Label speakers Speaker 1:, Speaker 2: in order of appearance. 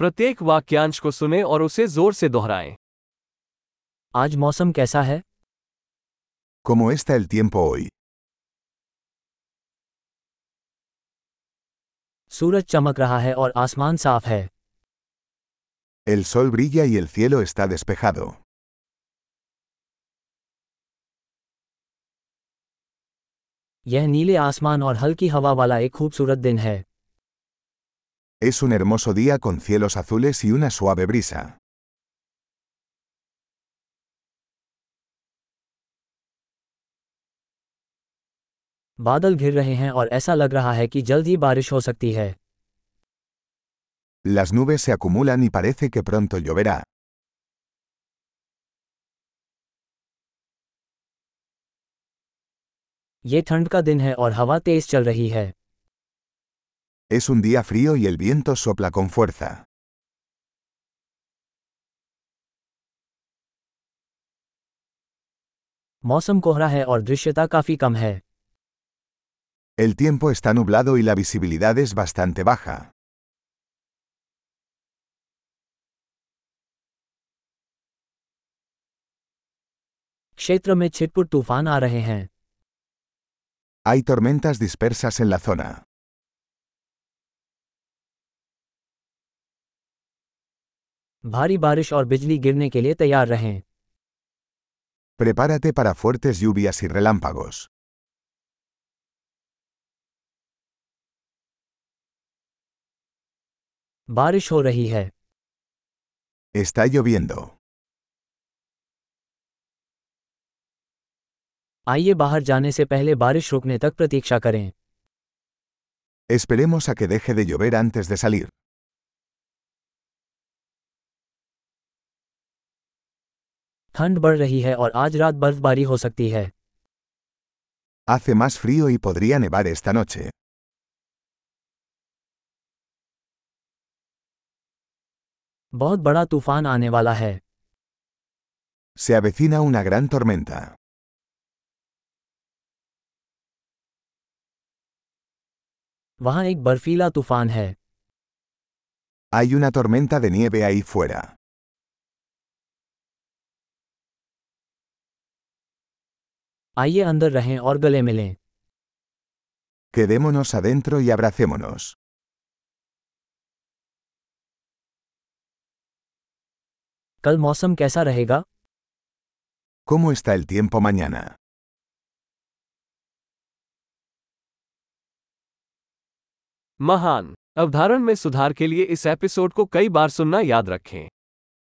Speaker 1: प्रत्येक वाक्यांश को सुने और उसे जोर से दोहराएं
Speaker 2: आज मौसम कैसा है
Speaker 3: ¿Cómo está el tiempo hoy?
Speaker 2: सूरज चमक रहा है और आसमान साफ है
Speaker 3: El sol brilla y el cielo está despejado.
Speaker 2: यह नीले आसमान और हल्की हवा वाला एक खूबसूरत दिन है
Speaker 3: Es un hermoso día con cielos azules y una suave brisa.
Speaker 2: बादल घिर रहे हैं और ऐसा लग रहा है कि जल्द ही बारिश हो सकती है
Speaker 3: Las nubes se acumulan y parece que pronto lloverá.
Speaker 2: ये ठंड का दिन है और हवा तेज चल रही है
Speaker 3: Es un día frío y el viento sopla con fuerza.
Speaker 2: मौसम कोहरा है और दृश्यता काफी कम है
Speaker 3: El tiempo está nublado y la visibilidad es bastante baja.
Speaker 2: क्षेत्र में छिटपुट तूफान आ रहे हैं
Speaker 3: Hay tormentas dispersas en la zona.
Speaker 2: भारी बारिश और बिजली गिरने के लिए तैयार रहें
Speaker 3: Prepárate para fuertes lluvias y relámpagos.
Speaker 2: बारिश हो रही है
Speaker 3: Está lloviendo.
Speaker 2: आइए बाहर जाने से पहले बारिश रुकने तक प्रतीक्षा करें
Speaker 3: Esperemos a que deje de llover antes de salir.
Speaker 2: ठंड बढ़ रही है और आज रात बर्फबारी हो सकती है
Speaker 3: Hace más frío y podría nevar esta noche.
Speaker 2: बहुत बड़ा तूफान आने वाला है
Speaker 3: Se avecina una gran tormenta.
Speaker 2: वहाँ एक बर्फीला तूफान है
Speaker 3: Hay una tormenta de nieve ahí fuera.
Speaker 2: आइए अंदर रहें और गले मिलें
Speaker 3: Quedémonos adentro y abracémonos.
Speaker 2: कल मौसम कैसा रहेगा
Speaker 3: ¿Cómo está el tiempo mañana?
Speaker 1: महान अवधारण में सुधार के लिए इस एपिसोड को कई बार सुनना याद रखें